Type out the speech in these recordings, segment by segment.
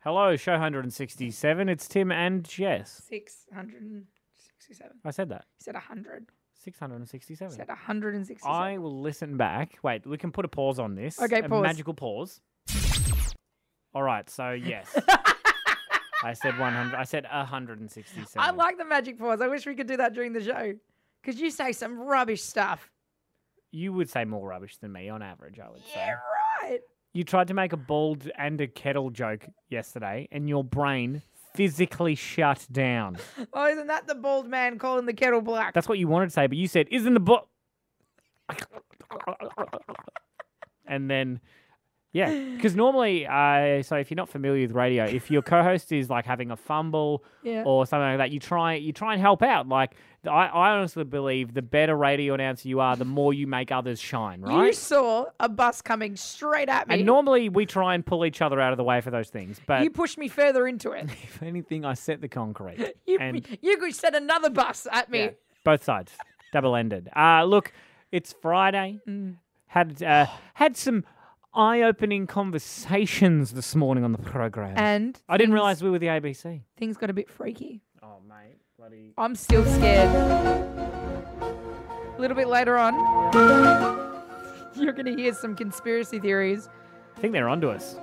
Hello, show 167. It's Tim and Jess. 667. You I said that. said 100. You 667. said 167. I will listen back. Wait, we can put a pause on this. Okay, a pause. Magical pause. All right, so yes. I said 100. I said 167. I like the magic pause. I wish we could do that during the show. Because you say some rubbish stuff. You would say more rubbish than me on average, I would Yeah, say. right. You tried to make a bald and a kettle joke yesterday, and your brain physically shut down. Oh, isn't that the bald man calling the kettle black? That's what you wanted to say, but you said, isn't the book. and then, yeah, because normally, I so if you're not familiar with radio, if your co-host is like having a fumble yeah. or something like that, you try you try and help out. Like I, I honestly believe the better radio announcer you are, the more you make others shine, right? You saw a bus coming straight at me. And normally we try and pull each other out of the way for those things, but you pushed me further into it. if anything, I set the concrete. You, and you could send another bus at me. Yeah, both sides, double ended. Uh, look, it's Friday. Had uh, had some eye opening conversations this morning on the program. And I didn't realize we were the ABC. things got a bit freaky. Oh mate, bloody. I'm still scared. A little bit later on, you're going to hear some conspiracy theories. I think they're onto us.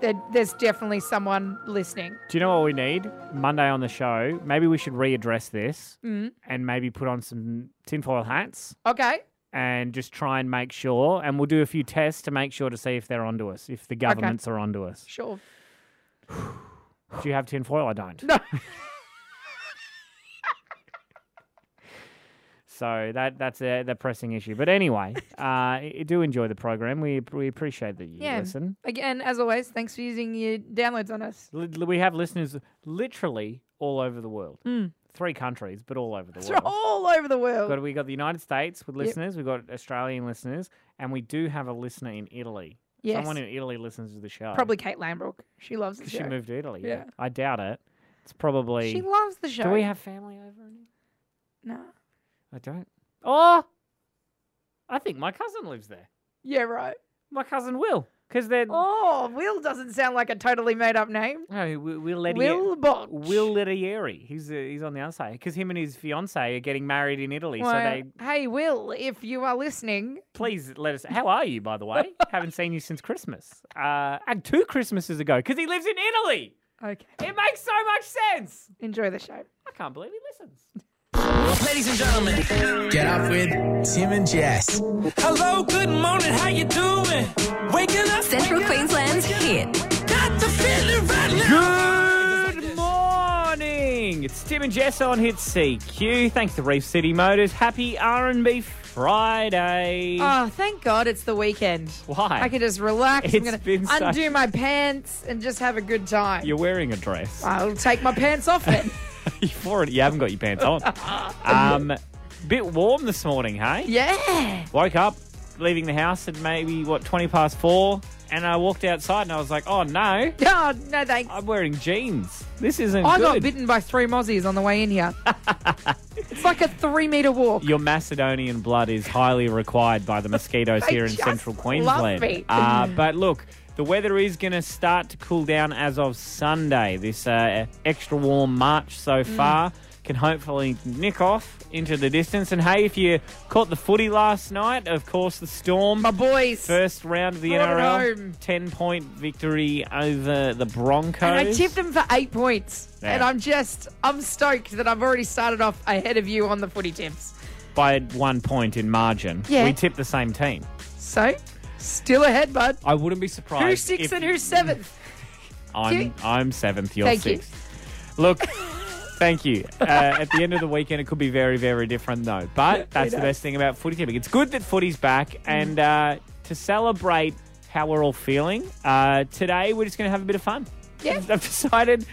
There- there's definitely someone listening. Do you know what we need? Monday on the show, maybe we should readdress this and maybe put on some tinfoil hats Okay. and just try and make sure. And we'll do a few tests to make sure to see if they're onto us, if the governments are onto us. Sure. Do you have tinfoil? I don't. No. So that that's a the pressing issue. But anyway, uh, I do enjoy the program. We we appreciate that you Yeah. listen. Again, as always, thanks for using your downloads on us. Li- li- We have listeners literally all over the world, three countries, but all over the They're world. Hmm. all over the world. Got, we got the United States with listeners. We've got Australian listeners, and we do have a listener in Italy. Yes. Someone in Italy listens to the show. Probably Kate Lambrook. She loves the because she show. moved to Italy. Yeah. I doubt it. It's probably. She loves the show. do we have family over? in- No. I don't. Oh, I think my cousin lives there. Yeah, right. My cousin Will, because they're. Oh, Will doesn't sound like a totally made up name. No, Wi- Will Lettier. Will Botch. Will Lettieri. He's uh, he's on the other side because him and his fiancee are getting married in Italy. Well, So they Hey, Will, if you are listening, please let us. How are you, by the way? Haven't seen you since Christmas. Uh, and two Christmases ago, because he lives in Italy. okay, It makes so much sense. enjoy the show. I can't believe he listens. Ladies and gentlemen, Get up with Tim and Jess. hello, good morning, how you doing? Waking up, Central Queensland's hit. got the feeling right now. Good morning. It's Tim and Jess on Hit CQ. Thanks to Reef City Motors. Happy R&B Friday. Oh, thank God it's the weekend. Why? I can just relax. I'm It's gonna been such- undo my pants and just have a good time. You're wearing a dress. I'll take my pants off then. You've already, you haven't got your pants on. Um, bit warm this morning, hey? yeah. Woke up, leaving the house at maybe what twenty past four, and I walked outside and I was like, "Oh no, Oh, no thanks. I'm wearing jeans. This isn't I got good." bitten by three mozzies on the way in here. it's like a three meter walk. Your Macedonian blood is highly required by the mosquitoes They here in just central love Queensland. me. Uh, but look, the weather is going to start to cool down as of Sunday. This uh, extra warm March so Mm. far can hopefully nick off into the distance. And hey, if you caught the footy last night, of course, the storm. My boys. First round of the Brought it NRL, home. 10 point victory over the Broncos. And I tipped them for eight points. Yeah. And I'm just, I'm stoked that I've already started off ahead of you on the footy tips. by one point in margin. Yeah. We tipped the same team. So, still ahead, bud. I wouldn't be surprised. Who's sixth Oh, if and who's seventh? I'm you- I'm seventh. You're Thank you. sixth. Look, thank you. Uh, at the end of the weekend, it could be very, very different though. But that's the does. best thing about footy tipping. It's good that footy's back, Mm. and uh, to celebrate how we're all feeling uh, today, we're just going to have a bit of fun. Yeah. I've decided to,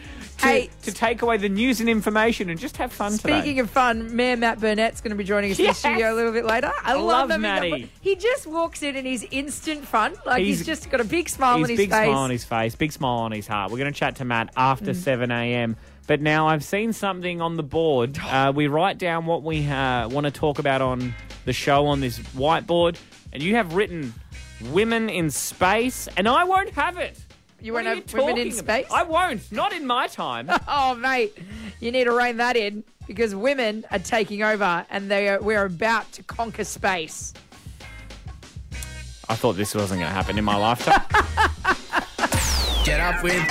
Hey. to take away the news and information and just have fun today. Speaking of fun, Mayor Matt Burnett's going to be joining us Yes. in the studio a little bit later. I, love him. Matty. He just walks in and he's instant fun. Like he's, He's- just got a big smile on He's his big face. Mm. smile on his face, big smile on his heart. We're going to chat to Matt after 7 a.m. But now I've seen something on the board. Uh, we write down what we uh, want to talk about on the show on this whiteboard, and you have written women in space, and I won't have it. You What won't are you have women in talking about? space? I won't. Not in my time. Oh, mate, you need to rein that in because women are taking over and they are, we're about to conquer space. I thought this wasn't going to happen in my lifetime. Get up with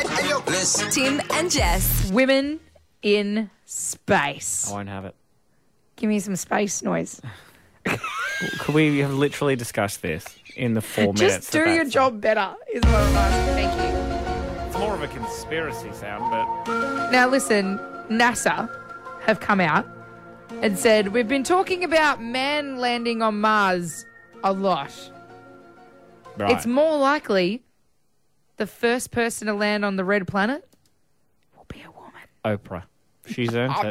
Tim and Jess. Women in I space. won't have it. Give me some space noise. Could we have literally discussed this in the four minutes? Just do that your that's- job better, is what I'm asking. Thank you. It's more of a conspiracy sound, but Now, listen, NASA have come out and said, We've been talking about man landing on Mars a lot. right. It's more likely the first person to land on the red planet will be a woman. Oprah. She's earned it. I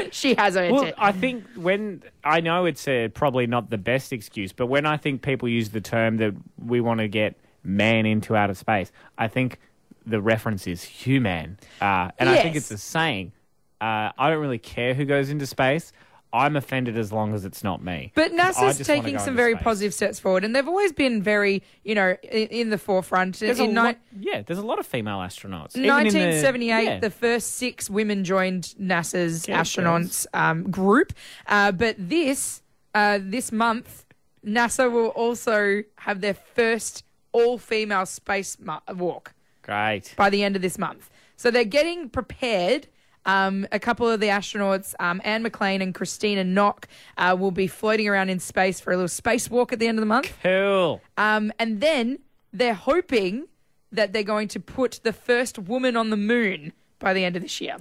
mean, she has earned Well, it. I think when I know it's uh probably not the best excuse, but when I think people use the term that we want to get man into outer space, I think the reference is human, uh, and I think it's Yes. a saying. Uh, I don't really care who goes into space. I'm offended as long as it's not me. But I NASA's just wanna taking go some into very space. positive steps forward, and they've always been very, you know, in, in the forefront. There's a in lot, yeah, there's a lot of female astronauts. Even in the- 1978, yeah. the first six women joined NASA's Yeah, astronauts um, group. Uh, but this uh, this month, NASA will also have their first all female space mu- walk Great. by the end of this month. So they're getting prepared. Um, a couple of the astronauts, um, Anne McLean and Christina Nock, uh, will be floating around in space for a little space walk at the end of the month. Cool. Um, and then they're hoping that they're going to put the first woman on the moon by the end of this year.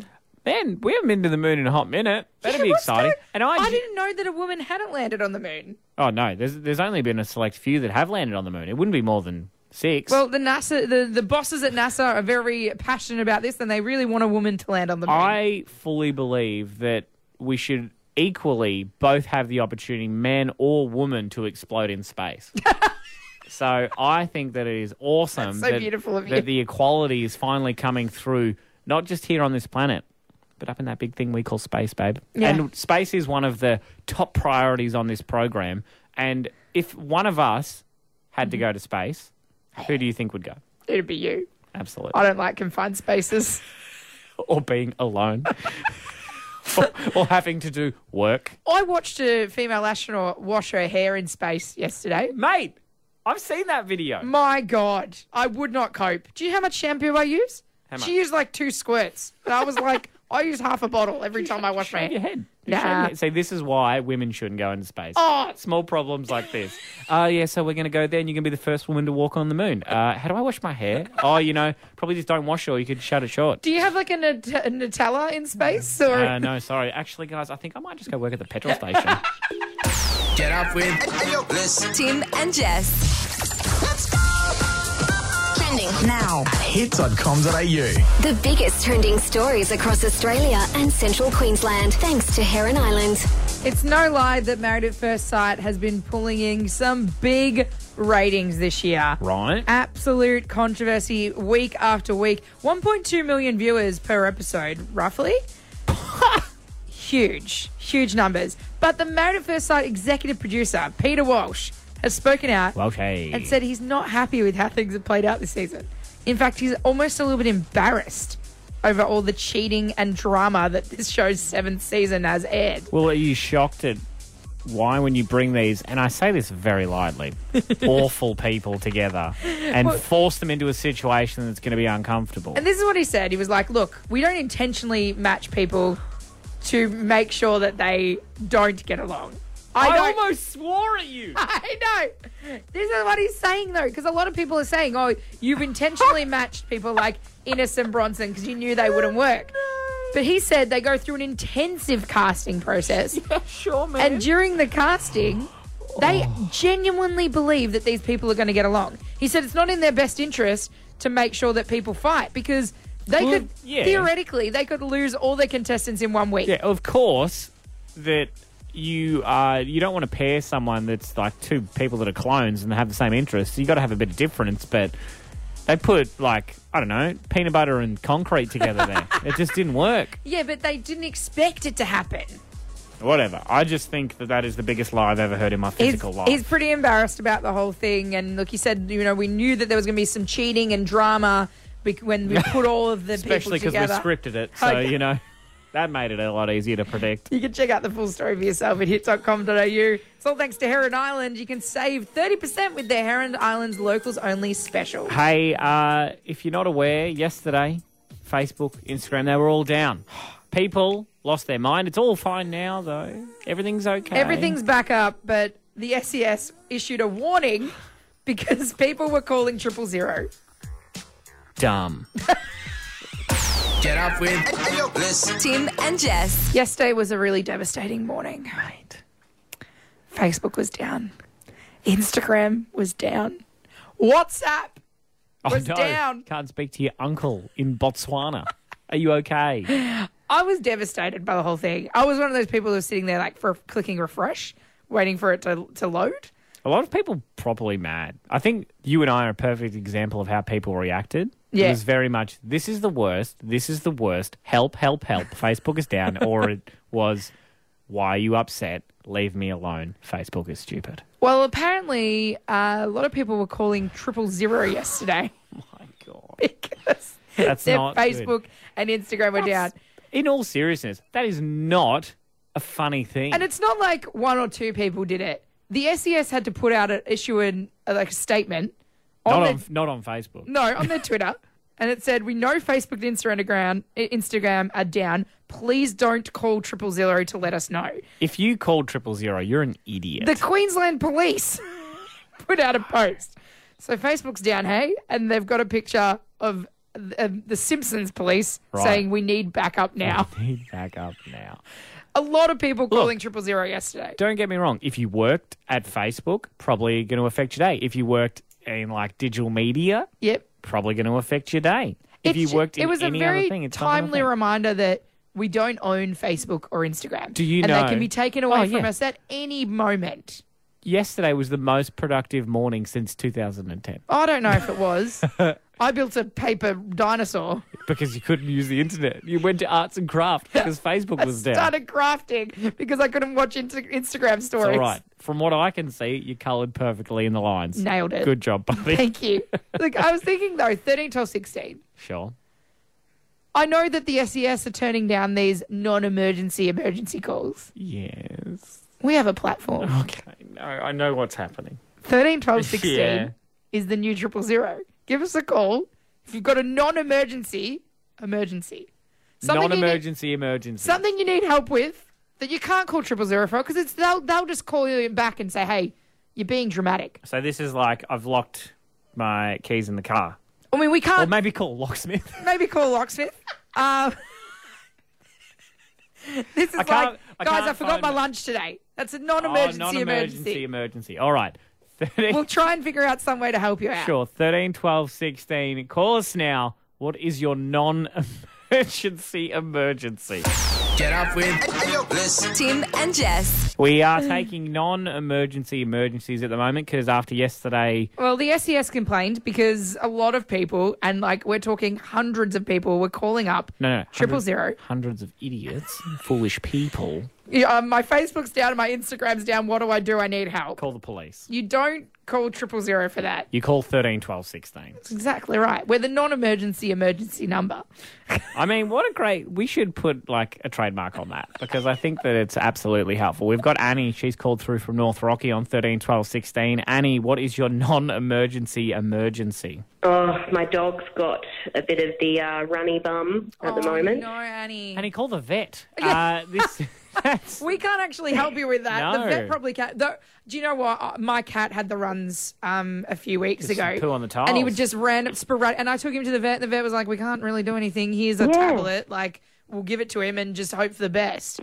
Man, we haven't been to the moon in a hot minute. That'd Yeah, be what's exciting. going- and I, I ju- didn't know that a woman hadn't landed on the moon. Oh no, there's there's only been a select few that have landed on the moon. It wouldn't be more than six. Well, the NASA, the, the bosses at NASA are very passionate about this, and they really want a woman to land on the moon. I fully believe that we should equally both have the opportunity, man or woman, to explode in space. so I think that it is awesome That's so that, beautiful of you. that the equality is finally coming through, not just here on this planet, but up in that big thing we call space, babe. Yeah. And space is one of the top priorities on this program. And if one of us had Mm-hmm. to go to space, who do you think would go? It'd be you. Absolutely. I don't like confined spaces or being alone or, or having to do work. I watched a female astronaut wash her hair in space yesterday. Mate, I've seen that video. My God, I would not cope. Do you know how much shampoo I use? How much? She used like two squirts, and I was like, I use half a bottle every time I wash my Shave hair. your head. Nah. See, this is why women shouldn't go into space. Oh. Small problems like this. Oh, yeah, so we're going to go there and you're going to be the first woman to walk on the moon. Uh, how do I wash my hair? Oh, you know, probably just don't wash it or you could shut it short. Do you have like a, Nut- a Nutella in space? Or Uh, no, sorry. Actually, guys, I think I might just go work at the petrol station. Get up with Tim and Jess. Trending now. hit.com.au. The biggest trending stories across Australia and central Queensland, thanks to Heron Island. it's no lie that Married at First Sight has been pulling in some big ratings this year. right? Uh, Absolute controversy week after week. 1.2 million viewers per episode, roughly. huge, huge numbers. But the Married at First Sight executive producer, Peter Walsh, has spoken out Okay. and said he's not happy with how things have played out this season. In fact, he's almost a little bit embarrassed over all the cheating and drama that this show's seventh season has aired. Well, are you shocked at why when you bring these, and I say this very lightly, awful people together and force them into a situation that's going to be uncomfortable? And this is what he said. He was like, look, we don't intentionally match people to make sure that they don't get along. I, don't- swore at you. I know. This is what he's saying though, because a lot of people are saying, "Oh, you've intentionally matched people like Innes and Bronson because you knew they wouldn't work." But he said they go through an intensive casting process. Yeah, sure, man. And during the casting, they genuinely believe that these people are going to get along. He said it's not in their best interest to make sure that people fight because they Well, could yeah. theoretically they could lose all their contestants in one week. yeah, of course that you uh, you don't want to pair someone that's like two people that are clones and have the same interests. You got to have a bit of difference, but they put like I don't know peanut butter and concrete together there. it just didn't work. yeah, but they didn't expect it to happen. Whatever. I just think that that is the biggest lie I've ever heard in my He's, physical life. he's pretty embarrassed about the whole thing. And look, he said, you know, we knew that there was going to be some cheating and drama bec- when we put all of the Especially people because we together. scripted it, so Okay. you know that made it a lot easier to predict. You can check out the full story for yourself at hit.com.au. It's all thanks to Heron Island. You can save 30% with their Heron Island's locals only special. Hey, uh, if you're not aware, yesterday, Facebook, Instagram, they were all down. People lost their mind. It's all fine now, though. Everything's okay. Everything's back up, but the SES issued a warning because people were calling triple zero. dumb. Get up with this. Tim and Jess. Yesterday was a really devastating morning. Right. Facebook was down. Instagram was down. WhatsApp. I Was down. Oh, Can't speak to your uncle in Botswana. Are you okay? I was devastated by the whole thing. I was one of those people who was sitting there like for clicking refresh, waiting for it to, to load. A lot of people probably mad. I think you and I are a perfect example of how people reacted. It Yeah. was very much this is the worst. This is the worst. Help! Help! Help! Facebook is down, or it was why are you upset? Leave me alone. Facebook is stupid. Well, apparently, uh, a lot of people were calling triple zero yesterday My God. because That's their not good. Facebook and Instagram were down. In all seriousness, that is not a funny thing. And it's not like one or two people did it. The SES had to put out an issue in uh, like a statement not on, on, their, not on Facebook. no on their Twitter, and it said, "We know Facebook and Instagram uh, Instagram are down. Please don't call triple zero to let us know." If you called triple zero, you're an idiot. The Queensland Police put out a post. So Facebook's down, hey, and they've got a picture of the, of the Simpsons police Right. saying we need backup now. Need back up now. a lot of people calling triple zero yesterday. Don't get me wrong. If you worked at Facebook, probably going to affect your day. If you worked in like digital media, Yep. probably going to affect your day. If It's you ju- worked in it was any a very other thing, it's not gonna timely affect- reminder that we don't own Facebook or Instagram. Do you and know- they can be taken away Oh, from yeah. us at any moment. Yesterday was the most productive morning since 2010 I don't know if it was. I built a paper dinosaur. because you couldn't use the internet. You went to arts and craft because Facebook was down. Started crafting because I couldn't watch inter- Instagram stories. All right. From what I can see, you coloured perfectly in the lines. Nailed it. Good job, buddy. Thank you. Look, I was thinking though, 13 till 16. sure. I know that the SES are turning down these non-emergency emergency calls. Yes. We have a platform. Okay. No, I know what's happening. 13, 12, 16 Yeah. is the new triple zero. Give us a call if you've got a non-emergency emergency. Something You need, Non-emergency, emergency. something you need help with that you can't call triple zero for because it's they'll they'll just call you back and say, hey, you're being dramatic. so this is like I've locked my keys in the car, I mean, we or can't maybe call locksmith. maybe call locksmith. Um, this is I can't- like, I guys, can't I forgot find my it." lunch today. That's a Oh, non-emergency, non-emergency, emergency. emergency. All right. 13, We'll try and figure out some way to help you out. sure. 13, 12, 16. Call us now. What is your non-emergency emergency? Get up with this. Tim and Jess. We are taking non-emergency emergencies at the moment because after yesterday, Well, the SES complained because a lot of people, and like we're talking hundreds of people, were calling up no, no, triple hundreds- zero. hundreds of idiots, foolish people. Yeah, um, my Facebook's down, my Instagram's down. What do I do? I need help. Call the police. You don't call triple zero for that. You call 13, 12, 16. Exactly right. We're the non-emergency emergency number. I mean, what a great. We should put like a trademark on that because I think that it's absolutely helpful. We've got Annie. She's called through from North Rocky on 13, 12, 16. Annie, what is your non emergency emergency? Oh, my dog's got a bit of the uh, runny bum at the moment. Oh, No, Annie. Annie, call the vet. Uh, this. That's, We can't actually help you with that. No. The vet probably can't. Though, do you know what? Uh, My cat had the runs um, a few weeks ago. poo on the And tiles. he would just random sporadic. And I took him to the vet. The vet was like, "We can't really do anything. Here's a tablet. Like, we'll give it to him and just hope for the best."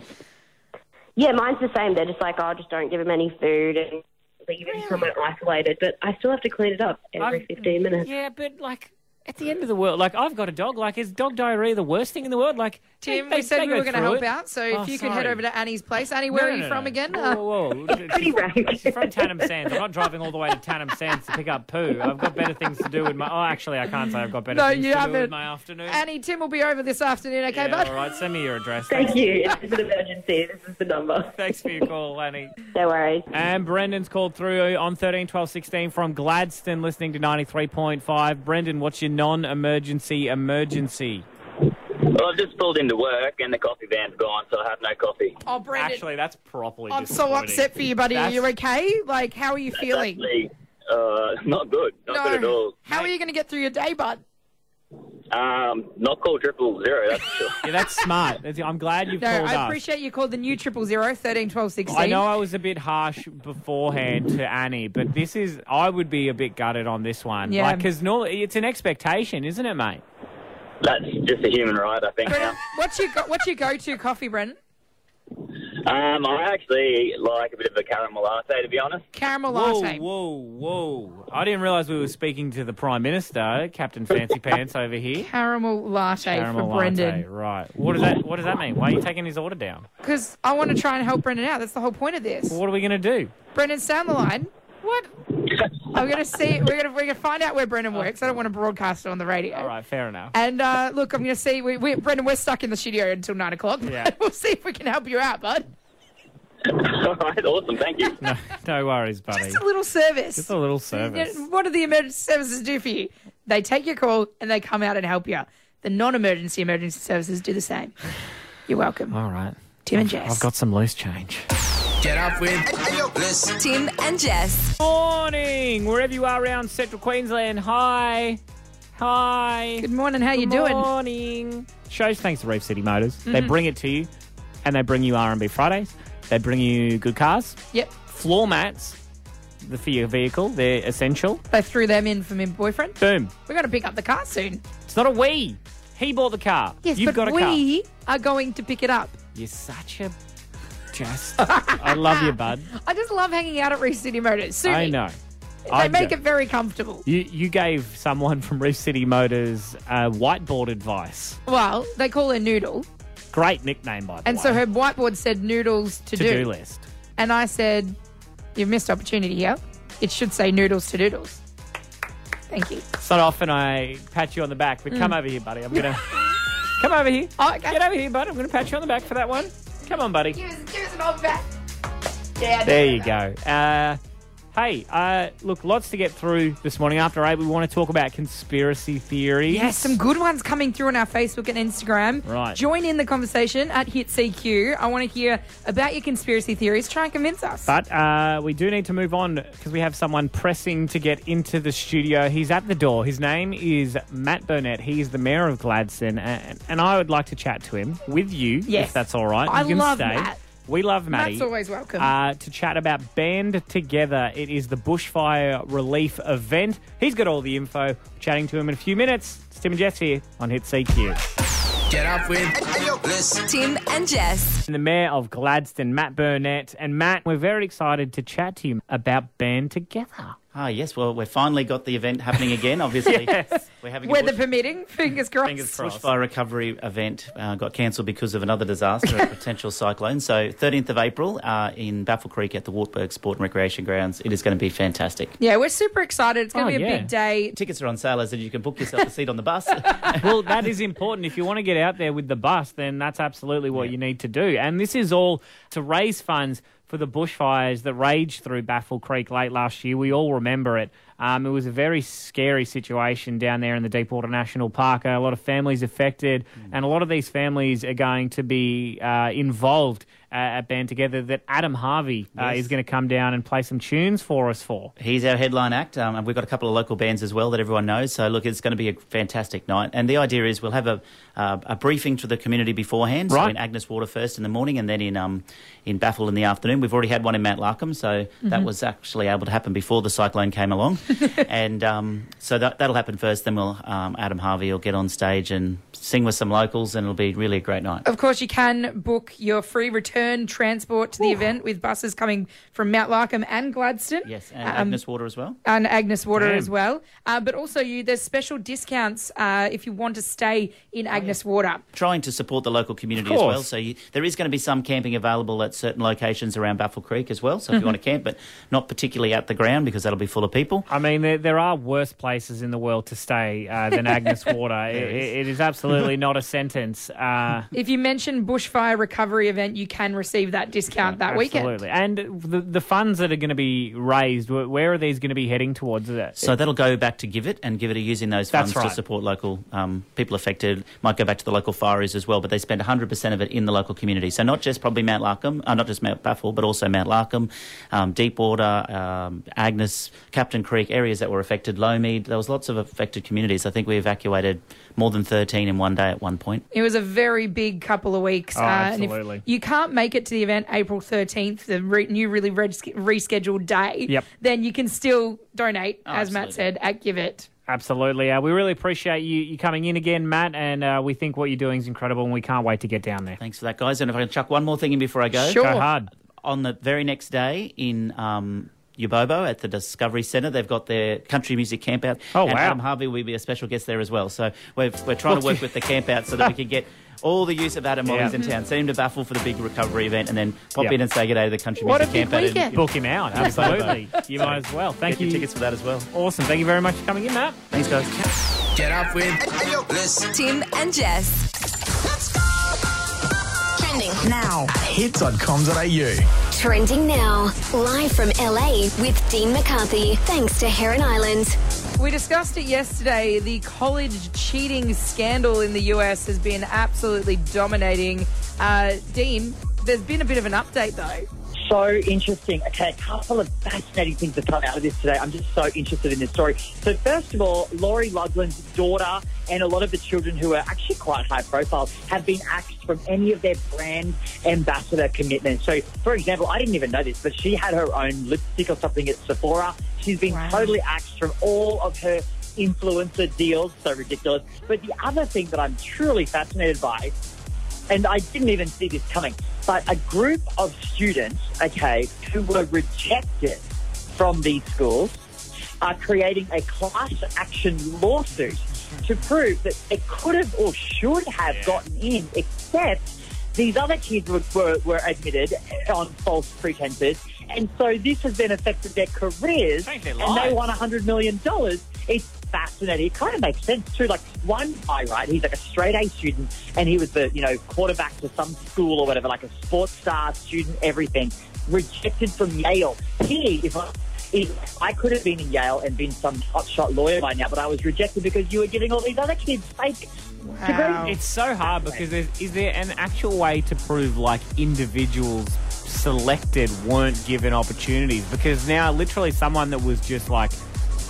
Yeah, mine's the same. They're just like, oh, just don't give him any food and leave him somewhere isolated. But I still have to clean it up every I've- 15 minutes. yeah, but like at the end of the world, like I've got a dog. Like is dog diarrhea the worst thing in the world? Like Tim, they- we said they we go were going to through it. help out, so Oh, if you could head sorry. over to Annie's place. Annie, No, where no, are you no, Oh, from no. again? Whoa, Uh, whoa, whoa. Pretty rank. She's from Tanham Sands. I'm not driving all the way to Tanham Sands to pick up poo. I've got better things to do with my. Oh, actually, I can't say I've got better No, things you to do haven't. with my afternoon. Annie, Tim will be over this afternoon, yeah, okay, bud? all right. Send me your address. Thank Thanks- you. If It's an emergency. This is the number. Thanks for your call, Annie. No worries. And Brendan's called through on 13, 12, 16 from Gladstone, listening to 93.5. Brendan, what's your non-emergency emergency? Well, I've just pulled into work and the coffee van's gone, so I have no coffee. Oh, Brendan, Actually, that's properly. I'm so disappointing. upset for you, buddy. That's- Are you okay? Like, how are you feeling? Actually, uh, not good. Not good at all. How are you going to get through your day, bud? Um, not call triple zero, that's for sure. Yeah, that's smart. That's- I'm glad you've No, called I us. appreciate you called the new triple zero thirteen twelve sixteen. I know I was a bit harsh beforehand to Annie, but this is I would be a bit gutted on this one. Yeah. Yeah. because it's an expectation, isn't it, mate? That's just a human right, I think. Now. Brendan, what's your go- what's your go to coffee, Brendan? Um, I actually like a bit of a caramel latte, to be honest. Caramel Whoa, latte. whoa, whoa! I didn't realise we were speaking to the Prime Minister, Captain Fancy Pants over here. Caramel latte Caramel for latte, Brendan. right? What does that What does that mean? Why are you taking his order down? Because I want to try and help Brendan out. That's the whole point of this. What are we going to do? Brendan, stay on the line. What? I'm gonna see. We're gonna we're gonna find out where Brendan works. I don't want to broadcast it on the radio. All right, fair enough. And uh, look, I'm gonna see. We, we Brendan, we're stuck in the studio until nine o'clock. Yeah. we'll see if we can help you out, bud. All right, awesome. Thank you. No, no worries, buddy. Just a little service. Just a little service. What do the emergency services do for you? They take your call and they come out and help you. The non-emergency emergency services do the same. You're welcome, All right, Tim and Jess. I've got some loose change. Get up with Bliss. Tim and Jess. Morning, wherever you are around Central Queensland. Hi, hi. Good morning. How you doing? Morning. Mm-hmm. Shows thanks to Reef City Motors. They bring it to you, and they bring you R and B Fridays. They bring you good cars, Yep. floor mats, the for your vehicle. They're essential. They threw them in for my boyfriend. Boom. We're gonna pick up the car soon. It's not a we. He bought the car. Yes, You've but got a car. we are going to pick it up. You're such a just. I love you, bud. I just love hanging out at Reef City Motors. Sue I me. know. They I make do. it very comfortable. You, you gave someone from Reef City Motors uh, whiteboard advice. Well, they call her Noodle. Great nickname, by the And way. so her whiteboard said noodles to, to-do list. And I said, You've missed opportunity here. It should say noodles to doodles. Thank you. It's not often I pat you on the back, but come over here, buddy. I'm gonna come over here. Mm. Oh, okay. Get over here, bud. I'm gonna pat you on the back for that one. Come on, buddy. Give us, give us an old back. Yeah, There you go. Uh, hey, uh, look, lots to get through this morning. After eight, we want to talk about conspiracy theories. Yes, some good ones coming through on our Facebook and Instagram. Right. Join in the conversation at Hit CQ. I want to hear about your conspiracy theories. Try and convince us. But uh, we do need to move on because we have someone pressing to get into the studio. He's at the door. His name is Matt Burnett. He is the mayor of Gladstone, and, and I would like to chat to him with you, Yes. if that's all right. I you can love stay. Matt. We love Matty. Matt's always welcome. Uh, to chat about Band Together. It is the bushfire relief event. He's got all the info. Chatting to him in a few minutes. It's Tim and Jess here on Hit CQ. Get up with Bliss. Tim and Jess. and the mayor of Gladstone, Matt Burnett. And Matt, we're very excited to chat to you about Band Together. Ah, yes. Well, we've finally got the event happening again. Obviously, we're having a Weather bush- permitting, fingers crossed. Fingers crossed. bushfire recovery event. Uh, got cancelled because of another disaster, a potential cyclone. So, 13th of April uh, in Baffle Creek at the Wartburg Sport and Recreation Grounds. It is going to be fantastic. Yeah, we're super excited. It's going to Oh, be a yeah. big day. Tickets are on sale, as in you can book yourself a seat on the bus. well, that is important. If you want to get out there with the bus, then that's absolutely what you need to do. And this is all to raise funds for the bushfires that raged through Baffle Creek late last year. We all remember it. Um, it was a very scary situation down there in the Deepwater National Park. A lot of families affected, and a lot of these families are going to be uh, involved uh, at Band Together. That Adam Harvey uh, Yes. is going to come down and play some tunes for us for. He's our headline act, um, and we've got a couple of local bands as well that everyone knows. So, look, it's going to be a fantastic night. And the idea is we'll have a, uh, a briefing to the community beforehand. So Right. in Agnes Water first in the morning, and then in um, in Baffle in the afternoon. We've already had one in Mount Larkham, so that was actually able to happen before the cyclone came along. and um, so that, that'll happen first. Then we'll um, Adam Harvey will get on stage and sing with some locals, and it'll be really a great night. Of course, you can book your free return transport to the event with buses coming from Mount Larkham and Gladstone. Yes, and Um, Agnes Water as well. and Agnes Water Damn. as well. Uh, but also, you there's special discounts uh, if you want to stay in Oh, Agnes Water. Trying to support the local community Of as course. well. So you, there is going to be some camping available at certain locations around Baffle Creek as well. So if Mm-hmm. you want to camp, but not particularly at the ground because that'll be full of people. I mean, there, there are worse places in the world to stay uh, than Agnes Water. I- There is. it, it is absolutely not a sentence. Uh, If you mention bushfire recovery event, you can receive that discount that weekend. absolutely. And the, the funds that are going to be raised, wh- where are these going to be heading towards? Uh, Is that? So that'll go back to Give It, and Give It are using those That's funds right. to support local um, people affected. Might go back to the local fireys as well, but they spend 100% of it in the local community. So not just probably Mount Larkham, uh, not just Mount Baffle, but also Mount Larkham, um, Deepwater, um, Agnes, Captain Creek, areas that were affected, Lowmead. There was lots of affected communities. I think we evacuated more than 13 in one day at one point. It was a very big couple of weeks. Uh, Oh, and if absolutely. you can't make it to the event April 13th, the re- new really red- rescheduled day, Yep. Oh, then you can still donate, as Matt absolutely. said, at Give It. Absolutely. Uh, we really appreciate you, you coming in again, Matt, and uh, we think what you're doing is incredible, and we can't wait to get down there. Thanks for that, guys. And if I can chuck one more thing in before I go. Sure. Go hard. on the very next day in um, Ubobo at the Discovery Centre. They've got their country music camp out. Oh, and wow. Adam Harvey will be a special guest there as well. So we're, we're trying to work with the camp out so that we can get all the use of Adam while he's Yeah. in town. Send him to Baffle for the big recovery event and then pop Yeah. in and say good day to the country What music a big camp out. and- weekend. Book him out. Absolutely. you might as well. Thank Get your you. tickets for that as well. Awesome. Thank you very much for coming in, Matt. Thanks, guys. Get up with Bliss. Tim and Jess. Trending. Now at hits.com.au. Trending now. Live from LA with Dean McCarthy. Thanks to Heron Island. We discussed it yesterday. The college cheating scandal in the US has been absolutely dominating. Uh, Dean, there's been a bit of an update though. so interesting. Okay, a couple of fascinating things have come out of this today. I'm just so interested in this story. So, first of all, Laurie Ludlam's daughter and a lot of the children who are actually quite high profile have been axed from any of their brand ambassador commitments. So, for example, I didn't even know this, but she had her own lipstick or something at Sephora. She's been Wow. totally axed from all of her influencer deals. So ridiculous. But the other thing that I'm truly fascinated by and I didn't even see this coming, but a group of students, okay, who were rejected from these schools are creating a class action lawsuit to prove that it could have or should have gotten in, except these other kids were, were, were admitted on false pretenses. And so this has then affected their careers, and they won $100 million. It's fascinating. It kind of makes sense, too. Like, one guy, right, he's like a straight A student, and he was the, you know, quarterback to some school or whatever, like a sports star student, everything, rejected from Yale. He, if I if I could have been in Yale and been some hotshot lawyer by now, but I was rejected because you were giving all these other kids fake degrees. It's so hard because there's, is there an actual way to prove like individuals selected weren't given opportunities? Because now, literally, someone that was just like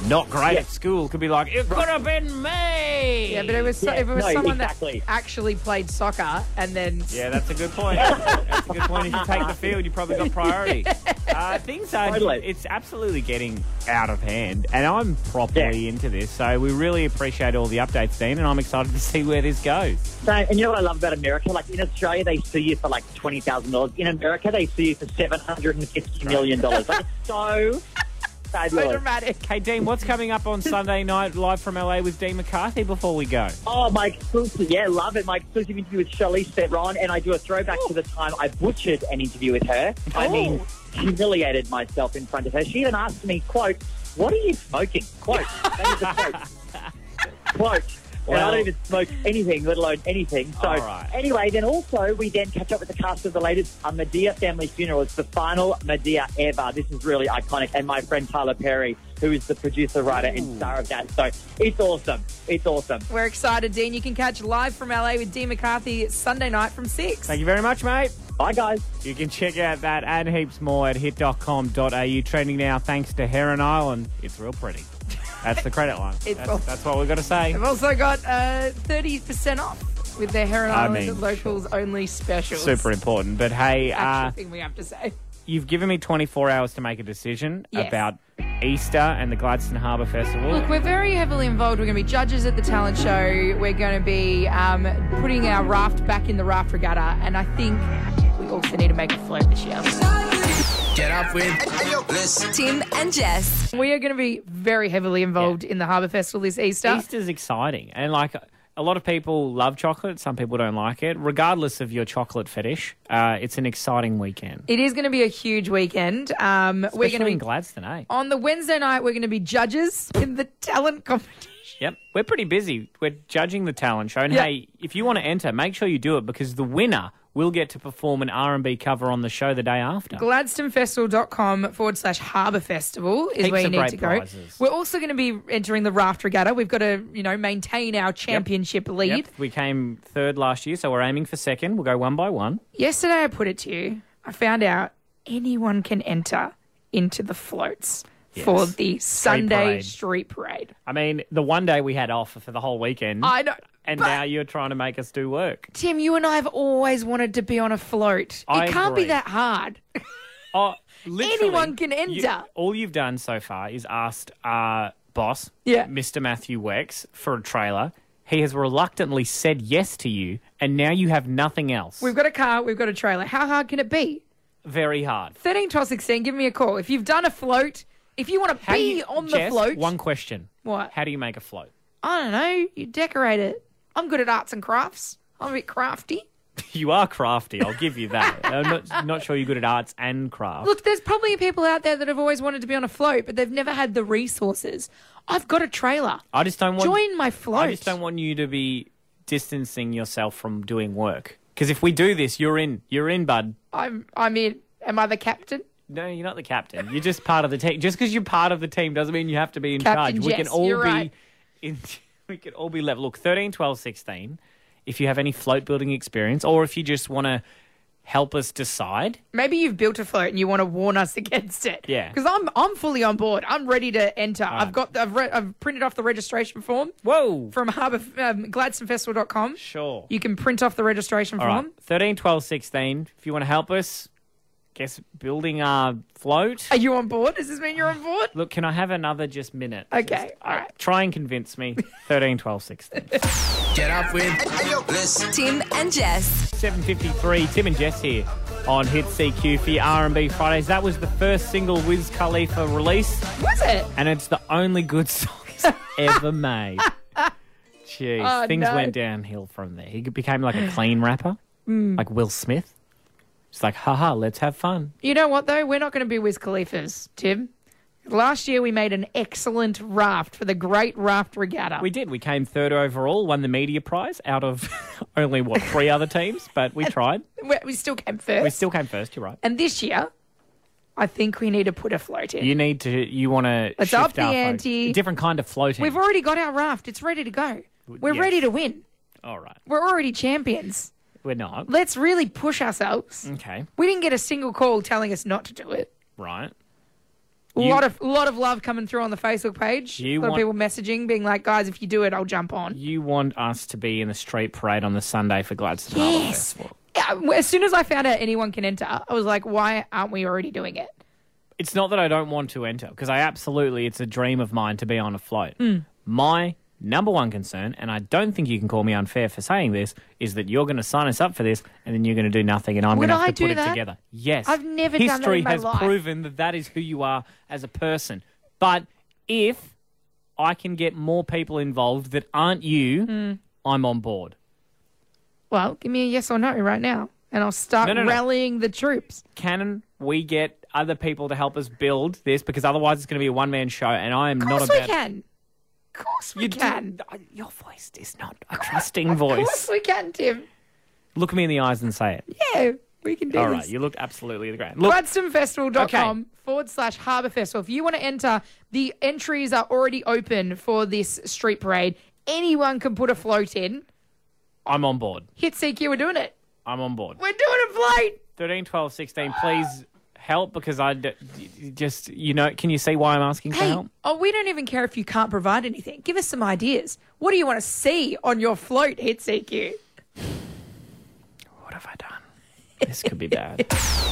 not great Yeah. at school could be like, it could have been me. Yeah, but it was so, Yeah, if it was no, someone exactly. that actually played soccer and then Yeah, that's a good point. that's a good point. If you take the field, you probably got priority. Uh, things are, Totally. it's absolutely getting out of hand, and I'm properly Yeah. into this. So we really appreciate all the updates, Dean, and I'm excited to see where this goes. So, and you know what I love about America? Like in Australia, they sue you for like twenty thousand dollars. In America, they sue you for seven hundred and fifty million dollars. Like it's so so fabulous. dramatic. Hey, Dean, what's coming up on Sunday night live from LA with Dean McCarthy before we go? Oh, my exclusive, yeah, love it. My exclusive interview with Charlize Theron, and I do a throwback to the time I butchered an interview with her. I Oh. mean, humiliated myself in front of her. She even asked me, "quote What are you smoking?" quote That is a quote. quote. and I Well- don't even smoke anything, let alone anything. So All right. anyway, then also we then catch up with the cast of the latest A Medea Family Funeral. It's the final Medea ever. This is really iconic. And my friend Tyler Perry, who is the producer, writer, and star of that. So it's awesome. It's awesome. We're excited, Dean. You can catch live from LA with Dean McCarthy Sunday night from six. Thank you very much, mate. Bye, guys. You can check out that and heaps more at hit.com.au. Trending now, thanks to Heron Island. It's real pretty. That's the credit line. It's all- that's, that's what we've got to say. They've also got uh, thirty percent off with their Heron I Island mean, locals only specials. Super important. But hey, actual uh, thing we have to say. you've given me 24 hours to make a decision Yes. about Easter and the Gladstone Harbour Festival. Look, we're very heavily involved. We're going to be judges at the talent show. We're going to be um, putting our raft back in the raft regatta, and I think we also need to make a float this year. Get up with Bliss. Tim and Jess. We are going to be very heavily involved in the Harbour Festival this Easter. Easter's exciting, and like a lot of people love chocolate, some people don't like it. Regardless of your chocolate fetish, uh, it's an exciting weekend. It is going to be a huge weekend. Um, we're Especially going to be Oh. in Gladstone, eh? on the Wednesday night. We're going to be judges in the talent competition. Yep, we're pretty busy. We're judging the talent show, and Yeah. hey, if you want to enter, make sure you do it because the winner will get to perform an R and B cover on the show the day after. GladstoneFestival.com forward slash Harbour Festival is Heaps where you of need great to go. prizes. We're also going to be entering the raft regatta. We've got to, you know, maintain our championship lead. Yep, we came third last year, so we're aiming for second. We'll go one by one. Yesterday, I put it to you. I found out anyone can enter into the floats for the Sunday parade. street parade. I mean, the one day we had off for the whole weekend, I know. and but- now you're trying to make us do work. Tim, you and I have always wanted to be on a float. I it can't agree. be that hard. Oh, literally, Anyone can enter. you- all you've done so far is asked our boss, Yeah. Mr. Matthew Wex, for a trailer. He has reluctantly said yes to you, and now you have nothing else. We've got a car, we've got a trailer. How hard can it be? Very hard. 13 12 16, give me a call. If you've done a float, if you want to How do be you- on the Jess, float, One question. What? How do you make a float? I don't know, you decorate it. I'm good at arts and crafts. I'm a bit crafty. You are crafty. I'll give you that. I'm not, not sure you're good at arts and crafts. Look, there's probably people out there that have always wanted to be on a float, but they've never had the resources. I've got a trailer. I just don't want. Join my float. I just don't want you to be distancing yourself from doing work. Because if we do this, you're in. You're in, bud. I'm I'm in. Am I the captain? No, you're not the captain. You're just part of the team. Just because you're part of the team doesn't mean you have to be in charge. Captain we can Jess, all you're be right. in, we can all be level. Look, 13, 12, 16. If you have any float building experience or if you just want to help us decide, Maybe you've built a float and you want to warn us against it. Yeah. Because I'm I'm fully on board. I'm ready to enter. I've got I've, re- I've printed off the registration form whoa, from Harbour um, GladstoneFestival.com. sure. You can print off the registration all right. form. 13, 12, 16. If you want to help us, guess building our float. Are you on board? Does this mean you're on board? Look, can I have another just minute? Okay, Just, all right. Try and convince me. 13, 12, 16. Get up with Bliss. Tim and Jess. 7.53, Tim and Jess here on Hit CQ for your R&B Fridays. That was the first single Wiz Khalifa released, Was it? and it's the only good song he's ever made. Jeez, Oh, things no. went downhill from there. He became like a clean rapper, Mm. like Will Smith. It's like, haha, let's have fun. You know what though? We're not going to be Wiz Khalifa's, Tim. Last year we made an excellent raft for the Great Raft Regatta. We did. We came third overall, won the media prize out of only, what, three other teams, but we tried. we, we still came first. We still came first, you're right. and this year, I think we need to put a float in. You need to, you want to Let's up the ante. Different kind of floating. We've already got our raft. It's ready to go. We're yes. ready to win. All right. We're already champions. We're not. Let's really push ourselves. Okay, We didn't get a single call telling us not to do it. right. A You- lot of lot of love coming through on the Facebook page. You a lot want- of people messaging, being like, "Guys, if you do it, I'll jump on." You want us to be in the street parade on the Sunday for Gladstone Harbour Yes. Festival. Yeah, As soon as I found out anyone can enter, I was like, "Why aren't we already doing it?" It's not that I don't want to enter, because I absolutely, it's a dream of mine to be on a float. Hmm. My number one concern, and I don't think you can call me unfair for saying this, is that you're going to sign us up for this and then you're going to do nothing and I'm Would going to I have to do put that? it together. Yes. I've never done that in History my has life. proven that that is who you are as a person. But if I can get more people involved that aren't you, Hmm. I'm on board. Well, give me a yes or no right now, and I'll start No, no, no. rallying the troops. can we get other people to help us build this? Because otherwise, it's going to be a one man show, and I am Of not course about. we can. Of course we You can. do- I- your voice is not a trusting Of course voice. we can, Tim. Look me in the eyes and say it. Yeah, we can do All this. right, you looked absolutely the great. Look, GladstoneFestival.com forward slash Harbour Festival. If you want to enter, the entries are already open for this street parade. Anyone can put a float in. I'm on board. Hit CQ, we're doing it. I'm on board. We're doing a float. 13, 12, 16, please help because I d- d- just, you know, can you see why I'm asking for Hey, help? oh, we don't even care if you can't provide anything. Give us some ideas. What do you want to see on your float, Hit CQ? What have I done? This could be bad.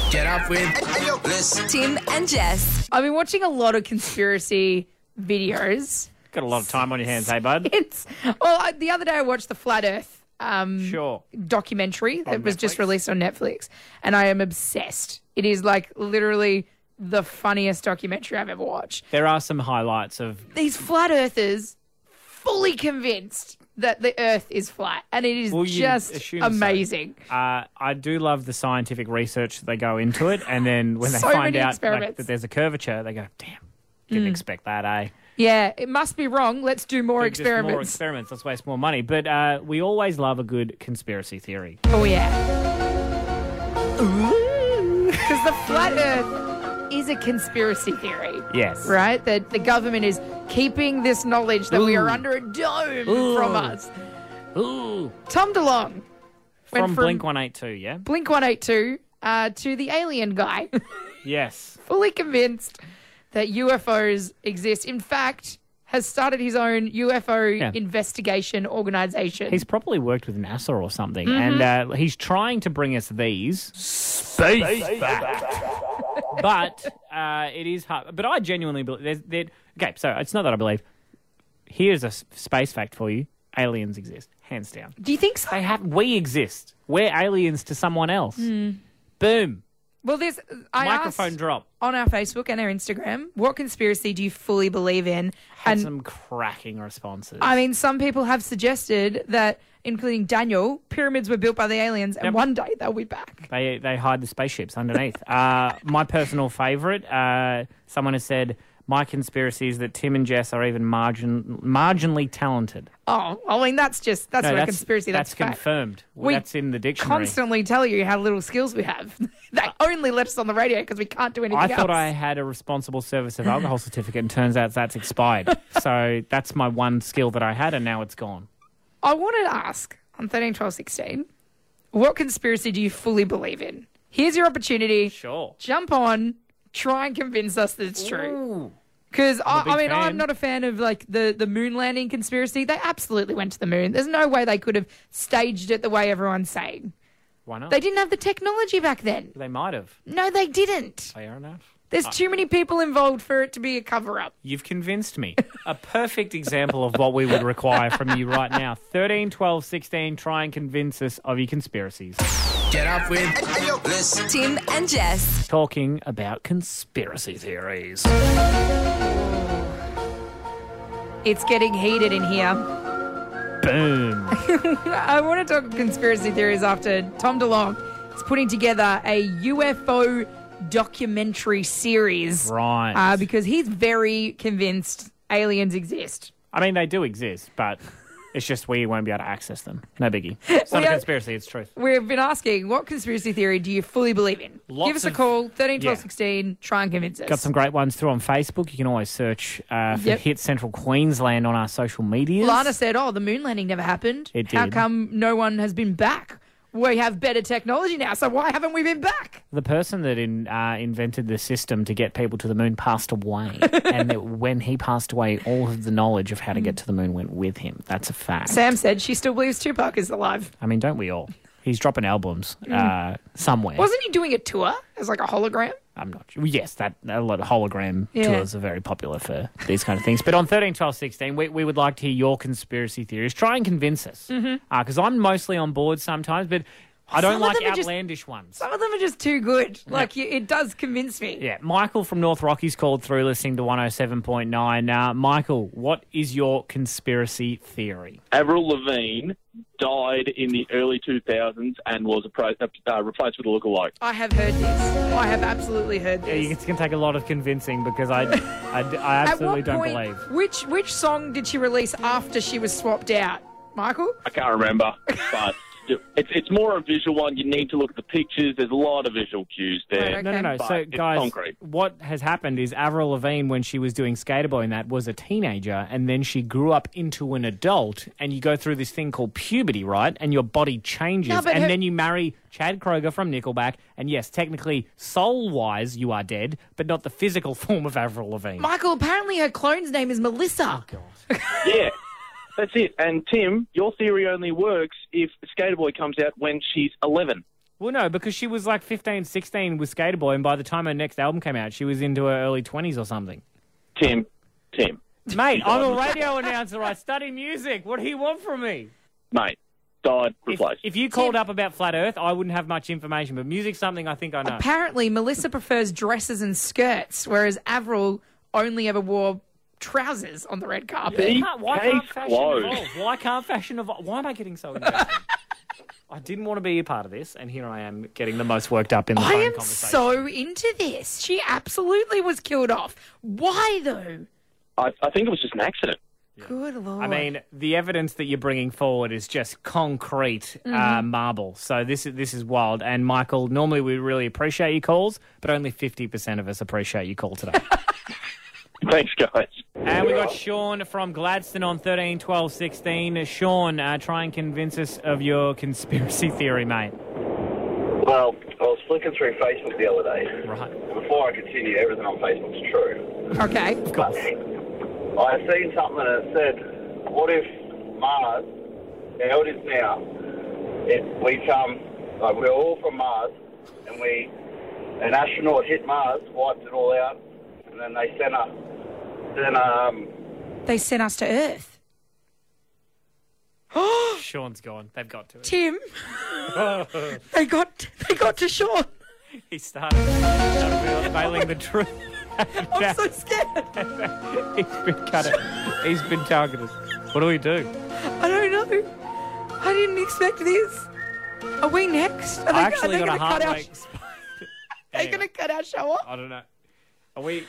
Get up with Ayo Bliss. Tim and Jess. I've been watching a lot of conspiracy videos. Got a lot of time on your hands, hey, bud? It's well, I, the other day I watched the Flat Earth um, Sure. documentary that was Netflix? just released on Netflix, and I am obsessed. It is like literally the funniest documentary I've ever watched. There are some highlights of These flat earthers fully convinced that the Earth is flat, and it is Well, you'd just assume so. amazing. Uh, I do love the scientific research that they go into it, and then when they So find many out like, experiments. Mm. that there's a curvature, they go, "Damn, didn't expect that." Eh? Yeah, it must be wrong. Let's do more Just More experiments. experiments. Let's waste more money. But uh, we always love a good conspiracy theory. Oh yeah. Because the flat Earth is a conspiracy theory. Yes. Right? That the government is keeping this knowledge that we are Ooh. under a dome Ooh. from us. Ooh. Tom DeLong went From, Blink One Eight Two. Yeah. Blink 182 uh, to the alien guy, Yes. fully convinced that UFOs exist. In fact, has started his own UFO Yeah. investigation organization. He's probably worked with NASA or something, Mm-hmm. and uh, he's trying to bring us these space, facts. but uh, it is hard. But I genuinely believe. There's, there, okay, so it's not that I believe. Here's a s- space fact for you: aliens exist, hands down. do you think so? They have. We exist. We're aliens to someone else. Boom. Well, there's. I Microphone Hmm. asked drop. on our Facebook and our Instagram, what conspiracy do you fully believe in? Had and some cracking responses. I mean, some people have suggested that, including Daniel, pyramids were built by the aliens, and one day they'll be back. They they hide the spaceships underneath. uh, my personal favourite. Uh, someone has said my conspiracy is that Tim and Jess are even margin marginally talented. Oh, I mean, that's just that's No, not a conspiracy. That's, fact. confirmed. We that's in the dictionary. Constantly tell you how little skills we have. they only let us on the radio because we can't do anything Uh, I else. thought I had a responsible service of alcohol certificate, and turns out that's expired. so that's my one skill that I had, and now it's gone. I wanted to ask on 13, 12, 16, what conspiracy do you fully believe in? Here's your opportunity. Sure. Jump on, try and convince us that it's true. Because I, big I mean, fan. I'm not a fan of like the the moon landing conspiracy. They absolutely went to the moon. There's no way they could have staged it the way everyone's saying. Why not? They didn't have the technology back then. They might have. No, they didn't. Fair enough. There's too many people involved for it to be a cover up. You've convinced me. A perfect example of what we would require from you right now. 13, 12, 16, try and convince us of your conspiracies. Get up with Ayo Bliss. Tim and Jess. Talking about conspiracy theories. It's getting heated in here. Boom. I want to talk conspiracy theories after Tom DeLong is putting together a UFO documentary series Right. uh, because he's very convinced aliens exist. I mean, they do exist, but it's just we won't be able to access them. No biggie. It's not We a are- conspiracy, it's truth. We've been asking what conspiracy theory do you fully believe in? Lots Give us of- a call, 13, 12, yeah. 16, try and convince us. Got some great ones through on Facebook. You can always search uh, for Yep. Hit Central Queensland on our social medias. Lana said, oh, the moon landing never happened. It How did. come no one has been back? We have better technology now, so why haven't we been back? the person that in, uh, invented the system to get people to the moon passed away. and that when he passed away, all of the knowledge of how to get to the moon went with him. That's a fact. Sam said she still believes Tupac is alive. I mean, don't we all? He's dropping albums uh, somewhere. Wasn't Mm. he doing a tour as like a hologram? I'm not sure. Yes, that a lot of hologram Yeah. tours are very popular for these kind of things. But on 13, 12, 16, we, we would like to hear your conspiracy theories. Try and convince us. Because I'm mostly on board sometimes, but I don't Mm-hmm. Some of like them are just- outlandish ones. Some of them are just too good. Like, you, it does convince me. Yeah, Michael from North Rockies called through listening to 107.9. Uh, Michael, what is your conspiracy theory? Avril Lavigne died in the early 2000s and was appro- uh, replaced with a lookalike. I have heard this. I have absolutely heard this. It's going to take a lot of convincing because I, I, I absolutely At don't what point, believe. Which which song did she release after she was swapped out, Michael? I can't remember, but it's, it's more a visual one. You need to look at the pictures. There's a lot of visual cues there. Right, No, no, no. But So, it's guys, concrete. what has happened is Avril Lavigne, when she was doing Skater Boy and that, was a teenager, and then she grew up into an adult, and you go through this thing called puberty, right? And your body changes, No, but and her- then you marry Chad Kroger from Nickelback, and yes, technically, soul-wise, you are dead, but not the physical form of Avril Lavigne. Michael, apparently her clone's name is Melissa. Yeah, that's it. And Tim, your theory only works if Skater Boy comes out when she's 11. Well, no, because she was like 15, 16 with Skater Boy, and by the time her next album came out, she was into her early 20s or something. Tim, Tim, Mate, I'm a radio announcer. I study music. What do you want from me? mate, died, replaced. If you called up about Flat Earth, I wouldn't have much information, but music's something I think I know. Apparently, Melissa prefers dresses and skirts, whereas Avril only ever wore trousers on the red carpet. Why can't- why can't fashion evolve? Why can't fashion evolve? Why am I getting so invested? I didn't want to be a part of this, and here I am getting the most worked up in the I phone am conversation. so into this. She absolutely was killed off. Why though? I, I think it was just an accident. Good lord. I mean, the evidence that you're bringing forward is just concrete uh, Mhm. marble. So this is this is wild. And Michael, normally we really appreciate your calls, but only 50% of us appreciate your call today. Thanks, guys. and we got Sean from Gladstone on 13, 12, 16. Sean, uh, try and convince us of your conspiracy theory, mate. Well, I was flicking through Facebook the other day. Right. Before I continue, everything on Facebook's true. Okay. Of course. I seen something that said, "What if Mars? How it is now? If we come, like we're all from Mars, and we, an astronaut hit Mars, wiped it all out, and then they sent us, then um, They sent us to Earth. Sean's gone. They've got to. Tim, It. they got they got to Sean. he started unveiling the truth. I'm so scared. He's been cut. He's been targeted. What do we do? I don't know. I didn't expect this. Are we next? Are they, I actually are they got a gonna cut heartbreak. our, Are they gonna cut our show off? I don't know. Are we?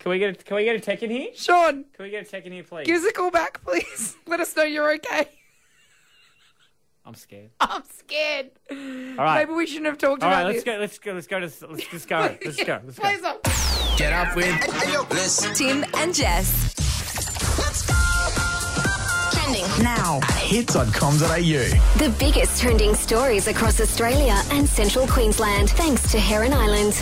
Can we get? A, can we get a tech in here? Sean, Can we get a tech in here, please? give us a call back, please. Let us know you're okay. I'm scared. I'm scared. All right. Maybe we shouldn't have talked All about right, let's this. go. Let's go. Let's go. To, let's just go. Let's go. Let's go. Plays up. Get up with Bliss. Tim and Jess. Trending. Now at hits.com.au. The biggest trending stories across Australia and central Queensland, thanks to Heron Island.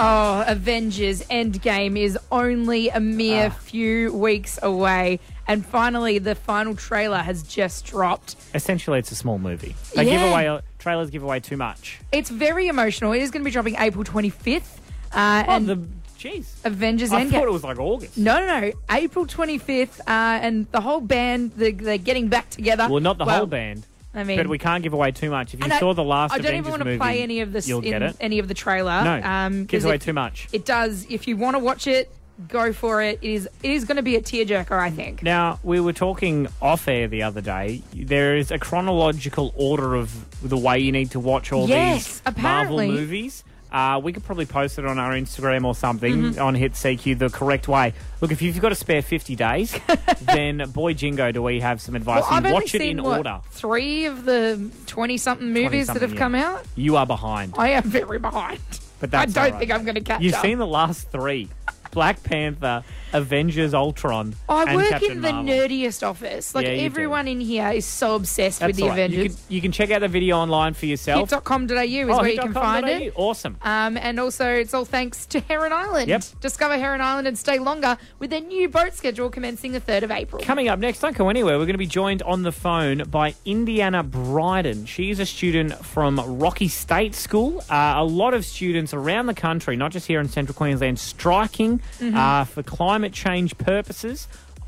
Oh, Avengers Endgame is only a mere Ah. few weeks away. And finally, the final trailer has just dropped. Essentially, it's a small movie. They Yeah. give away uh, trailers. Give away too much. It's very emotional. It is going to be dropping April 25th. Uh, Oh, and the jeez. Avengers I Endgame. thought it was like August. No, no, no. April 25th, uh, and the whole band, the, they're getting back together. Well, not the whole band. I mean- but we can't give away too much. If you and I- saw the last I don't Avengers even want to movie, play any of this You'll in get it. any of the trailer. um, No, gives 'cause away if- too much. It does. If you want to watch it, go for it. It is, it is going to be a tearjerker, I think. Now, we were talking off air the other day. There is a chronological order of the way you need to watch all Yes, these apparently. Marvel movies. Uh, we could probably post it on our Instagram or something Mm-hmm. on Hit CQ the correct way. Look, if you've got a spare 50 days, then boy jingo, do we have some advice. Well, I've and only watch it seen, in what, order. Three of the twenty-something movies that 20-something, have yeah. come out. You are behind. I am very behind. But that's I don't all right. think I'm going to catch You've up. seen the last three Black Panther, Avengers Ultron. I and work Captain in the Marvel. nerdiest office. Like Yeah, you do. everyone in here is so obsessed That's with the all right. You Avengers. can, you can check out the video online for yourself. Hit.com.au is Oh, where you can hit.com.au. find it. Awesome. Um, and also, it's all thanks to Heron Island. Yep. Discover Heron Island and stay longer with their new boat schedule commencing the 3rd of April. Coming up next, don't go anywhere. We're going to be joined on the phone by Indiana Bryden. She's a student from Rocky State School. Uh, a lot of students around the country, not just here in central Queensland, striking Mhm. Mm-hmm. uh, for climate change purposes.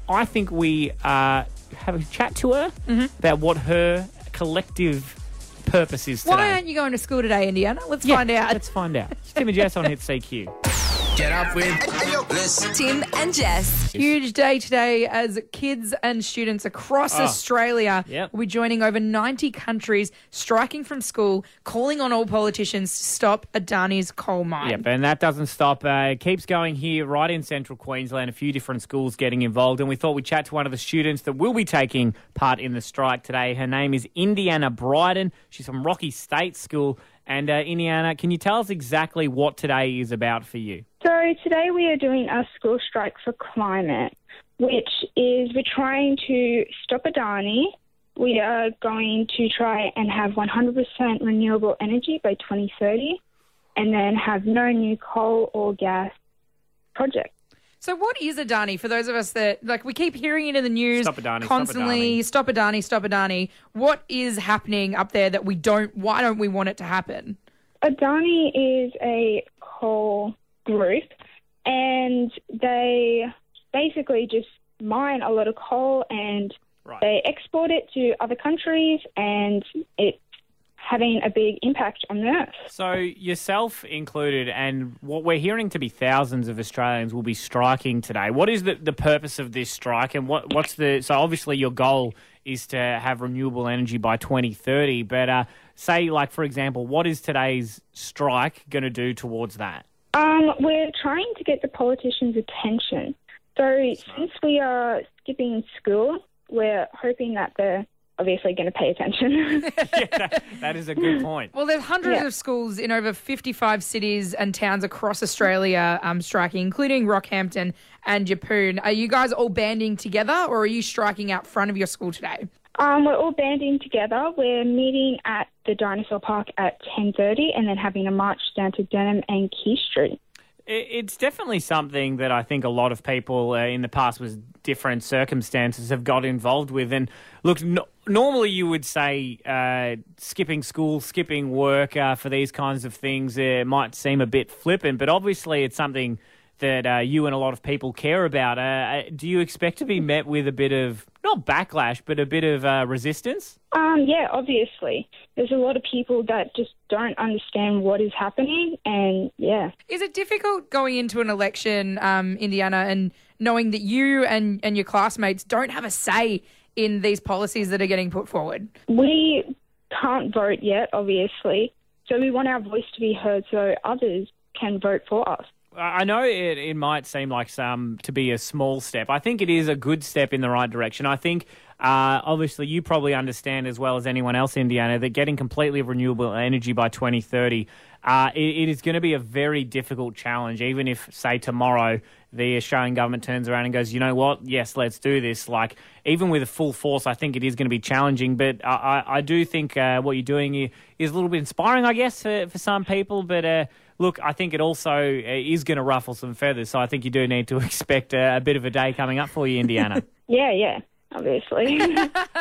I think we uh, have a chat to her Mm-hmm. about what her collective purpose is today. Why aren't you going to school today, Indiana? Let's find out. Let's find out. It's Tim and Jess on Hit CQ. Get up with Bliss. Tim and Jess. Huge day today as kids and students across Ah. Oh. Australia will be joining over 90 countries, striking from school, calling on all politicians to stop Adani's coal mine. Yep, and that doesn't stop. Uh, it keeps going here, right in central Queensland. A few different schools getting involved, and we thought we'd chat to one of the students that will be taking part in the strike today. Her name is Indiana Bryden. She's from Rocky State School. And uh, Indiana, can you tell us exactly what today is about for you? So today we are doing a school strike for climate, which is we're trying to stop Adani. We are going to try and have 100% renewable energy by 2030 and then have no new coal or gas projects. So what is Adani for those of us that like we keep hearing it in the news Stop Adani, stop constantly? Stop Adani, stop Adani. What is happening up there that we don't? Why don't we want it to happen? Adani is a coal group, and they basically just mine a lot of coal and they export it to other countries, and it's having a big impact on the earth. So yourself included, and what we're hearing to be thousands of Australians will be striking today. What is the, the purpose of this strike, and what what's the so obviously your goal is to have renewable energy by 2030, but uh, say like for example, what is today's strike going to do towards that? Um, we're trying to get the politicians' attention. So since we are skipping school, we're hoping that they're obviously going to pay attention. That is a good point. Well, there's hundreds Yeah. of schools in over 55 cities and towns across Australia um, striking, including Rockhampton and Japoon. Are you guys all banding together, or are you striking out front of your school today? um, we're all banding together. We're meeting at the dinosaur park at 10.30 and then having a march down to Denham and Key Street. It- It's definitely something that I think a lot of people uh, in the past with different circumstances have got involved with. And look, no- normally you would say uh, skipping school, skipping work uh, for these kinds of things uh, might seem a bit flippant, but obviously it's something that uh, you and a lot of people care about. Uh, Uh, do you expect to be met with a bit of, not backlash, but a bit of uh, resistance? Um, yeah, obviously. There's a lot of people that just don't understand what is happening and, yeah. Is it difficult going into an election, um, Indiana, and knowing that you and, and your classmates don't have a say in these policies that are getting put forward? We can't vote yet, obviously. So we want our voice to be heard so others can vote for us. I know it, it might seem like some to be a small step. I think it is a good step in the right direction. I think, uh, obviously, you probably understand as well as anyone else, Indiana, that getting completely renewable energy by 2030, uh, it, it is going to be a very difficult challenge. Even if, say, tomorrow the Australian government turns around and goes, you know what, yes, let's do this. Like, even with full force, I think it is going to be challenging. But I, I, I do think uh, what you're doing i- is a little bit inspiring, I guess, for, for some people. But uh, look, I think it also uh, is going to ruffle some feathers. So I think you do need to expect uh, a bit of a day coming up for you, Indiana. Yeah, yeah, obviously.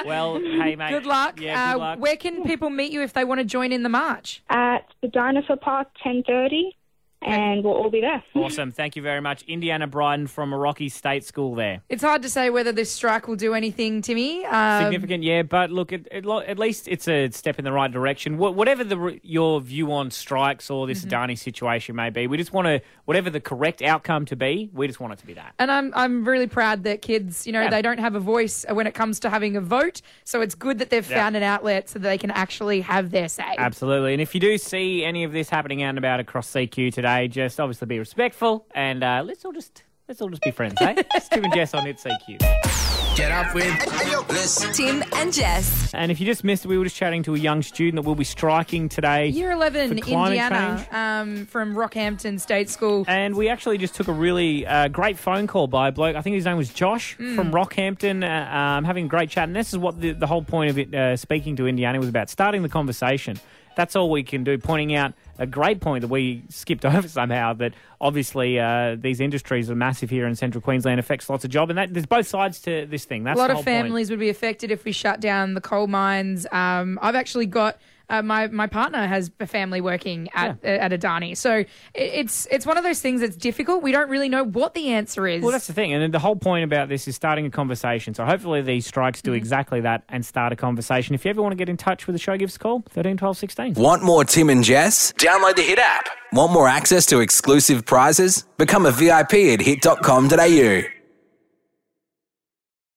well, hey, mate. Good luck. Yeah, good uh, luck. Where can people meet you if they want to join in the march? At the Dinosaur Park, 10.30, and we'll all be there. Awesome. Thank you very much. Indiana Bryden from Rocky State School there. It's hard to say whether this strike will do anything, Timmy. Um, Significant, yeah, but look, it, it, lo- at least it's a step in the right direction. Wha whatever the, r- your view on strikes or this Mhm. Adani situation may be, we just want to, whatever the correct outcome to be, we just want it to be that. And I'm I'm really proud that kids, you know, Yeah. they don't have a voice when it comes to having a vote. So it's good that they've Yeah. found an outlet so that they can actually have their say. Absolutely. And if you do see any of this happening out and about across CQ today, just obviously be respectful and uh, let's all just let's all just be friends, eh? Tim and Jess on It's CQ. Get up with Bliss. Tim and Jess. And if you just missed it, we were just chatting to a young student that will be striking today. Year 11, for climate Indiana, change. um, from Rockhampton State School. And we actually just took a really uh, great phone call by a bloke. I think his name was Josh Mm. from Rockhampton, uh, um, having a great chat. And this is what the, the whole point of it, uh, speaking to Indiana was about starting the conversation. That's all we can do, pointing out a great point that we skipped over somehow that obviously uh, these industries are massive here in central Queensland, affects lots of job. And that, there's both sides to this thing. That's a lot the of whole point. families would be affected if we shut down the coal mines. Um, I've actually got uh, my my partner has a family working at uh, at Adani, so it, it's it's one of those things that's difficult. We don't really know what the answer is. Well, that's the thing. And then the whole point about this is starting a conversation. So hopefully these strikes Mm-hmm. do exactly that and start a conversation. If you ever want to get in touch with the show, give us a call 13 12 16. Want more Tim and Jess? Download the Hit app. Want more access to exclusive prizes? Become a VIP at hit.com.au.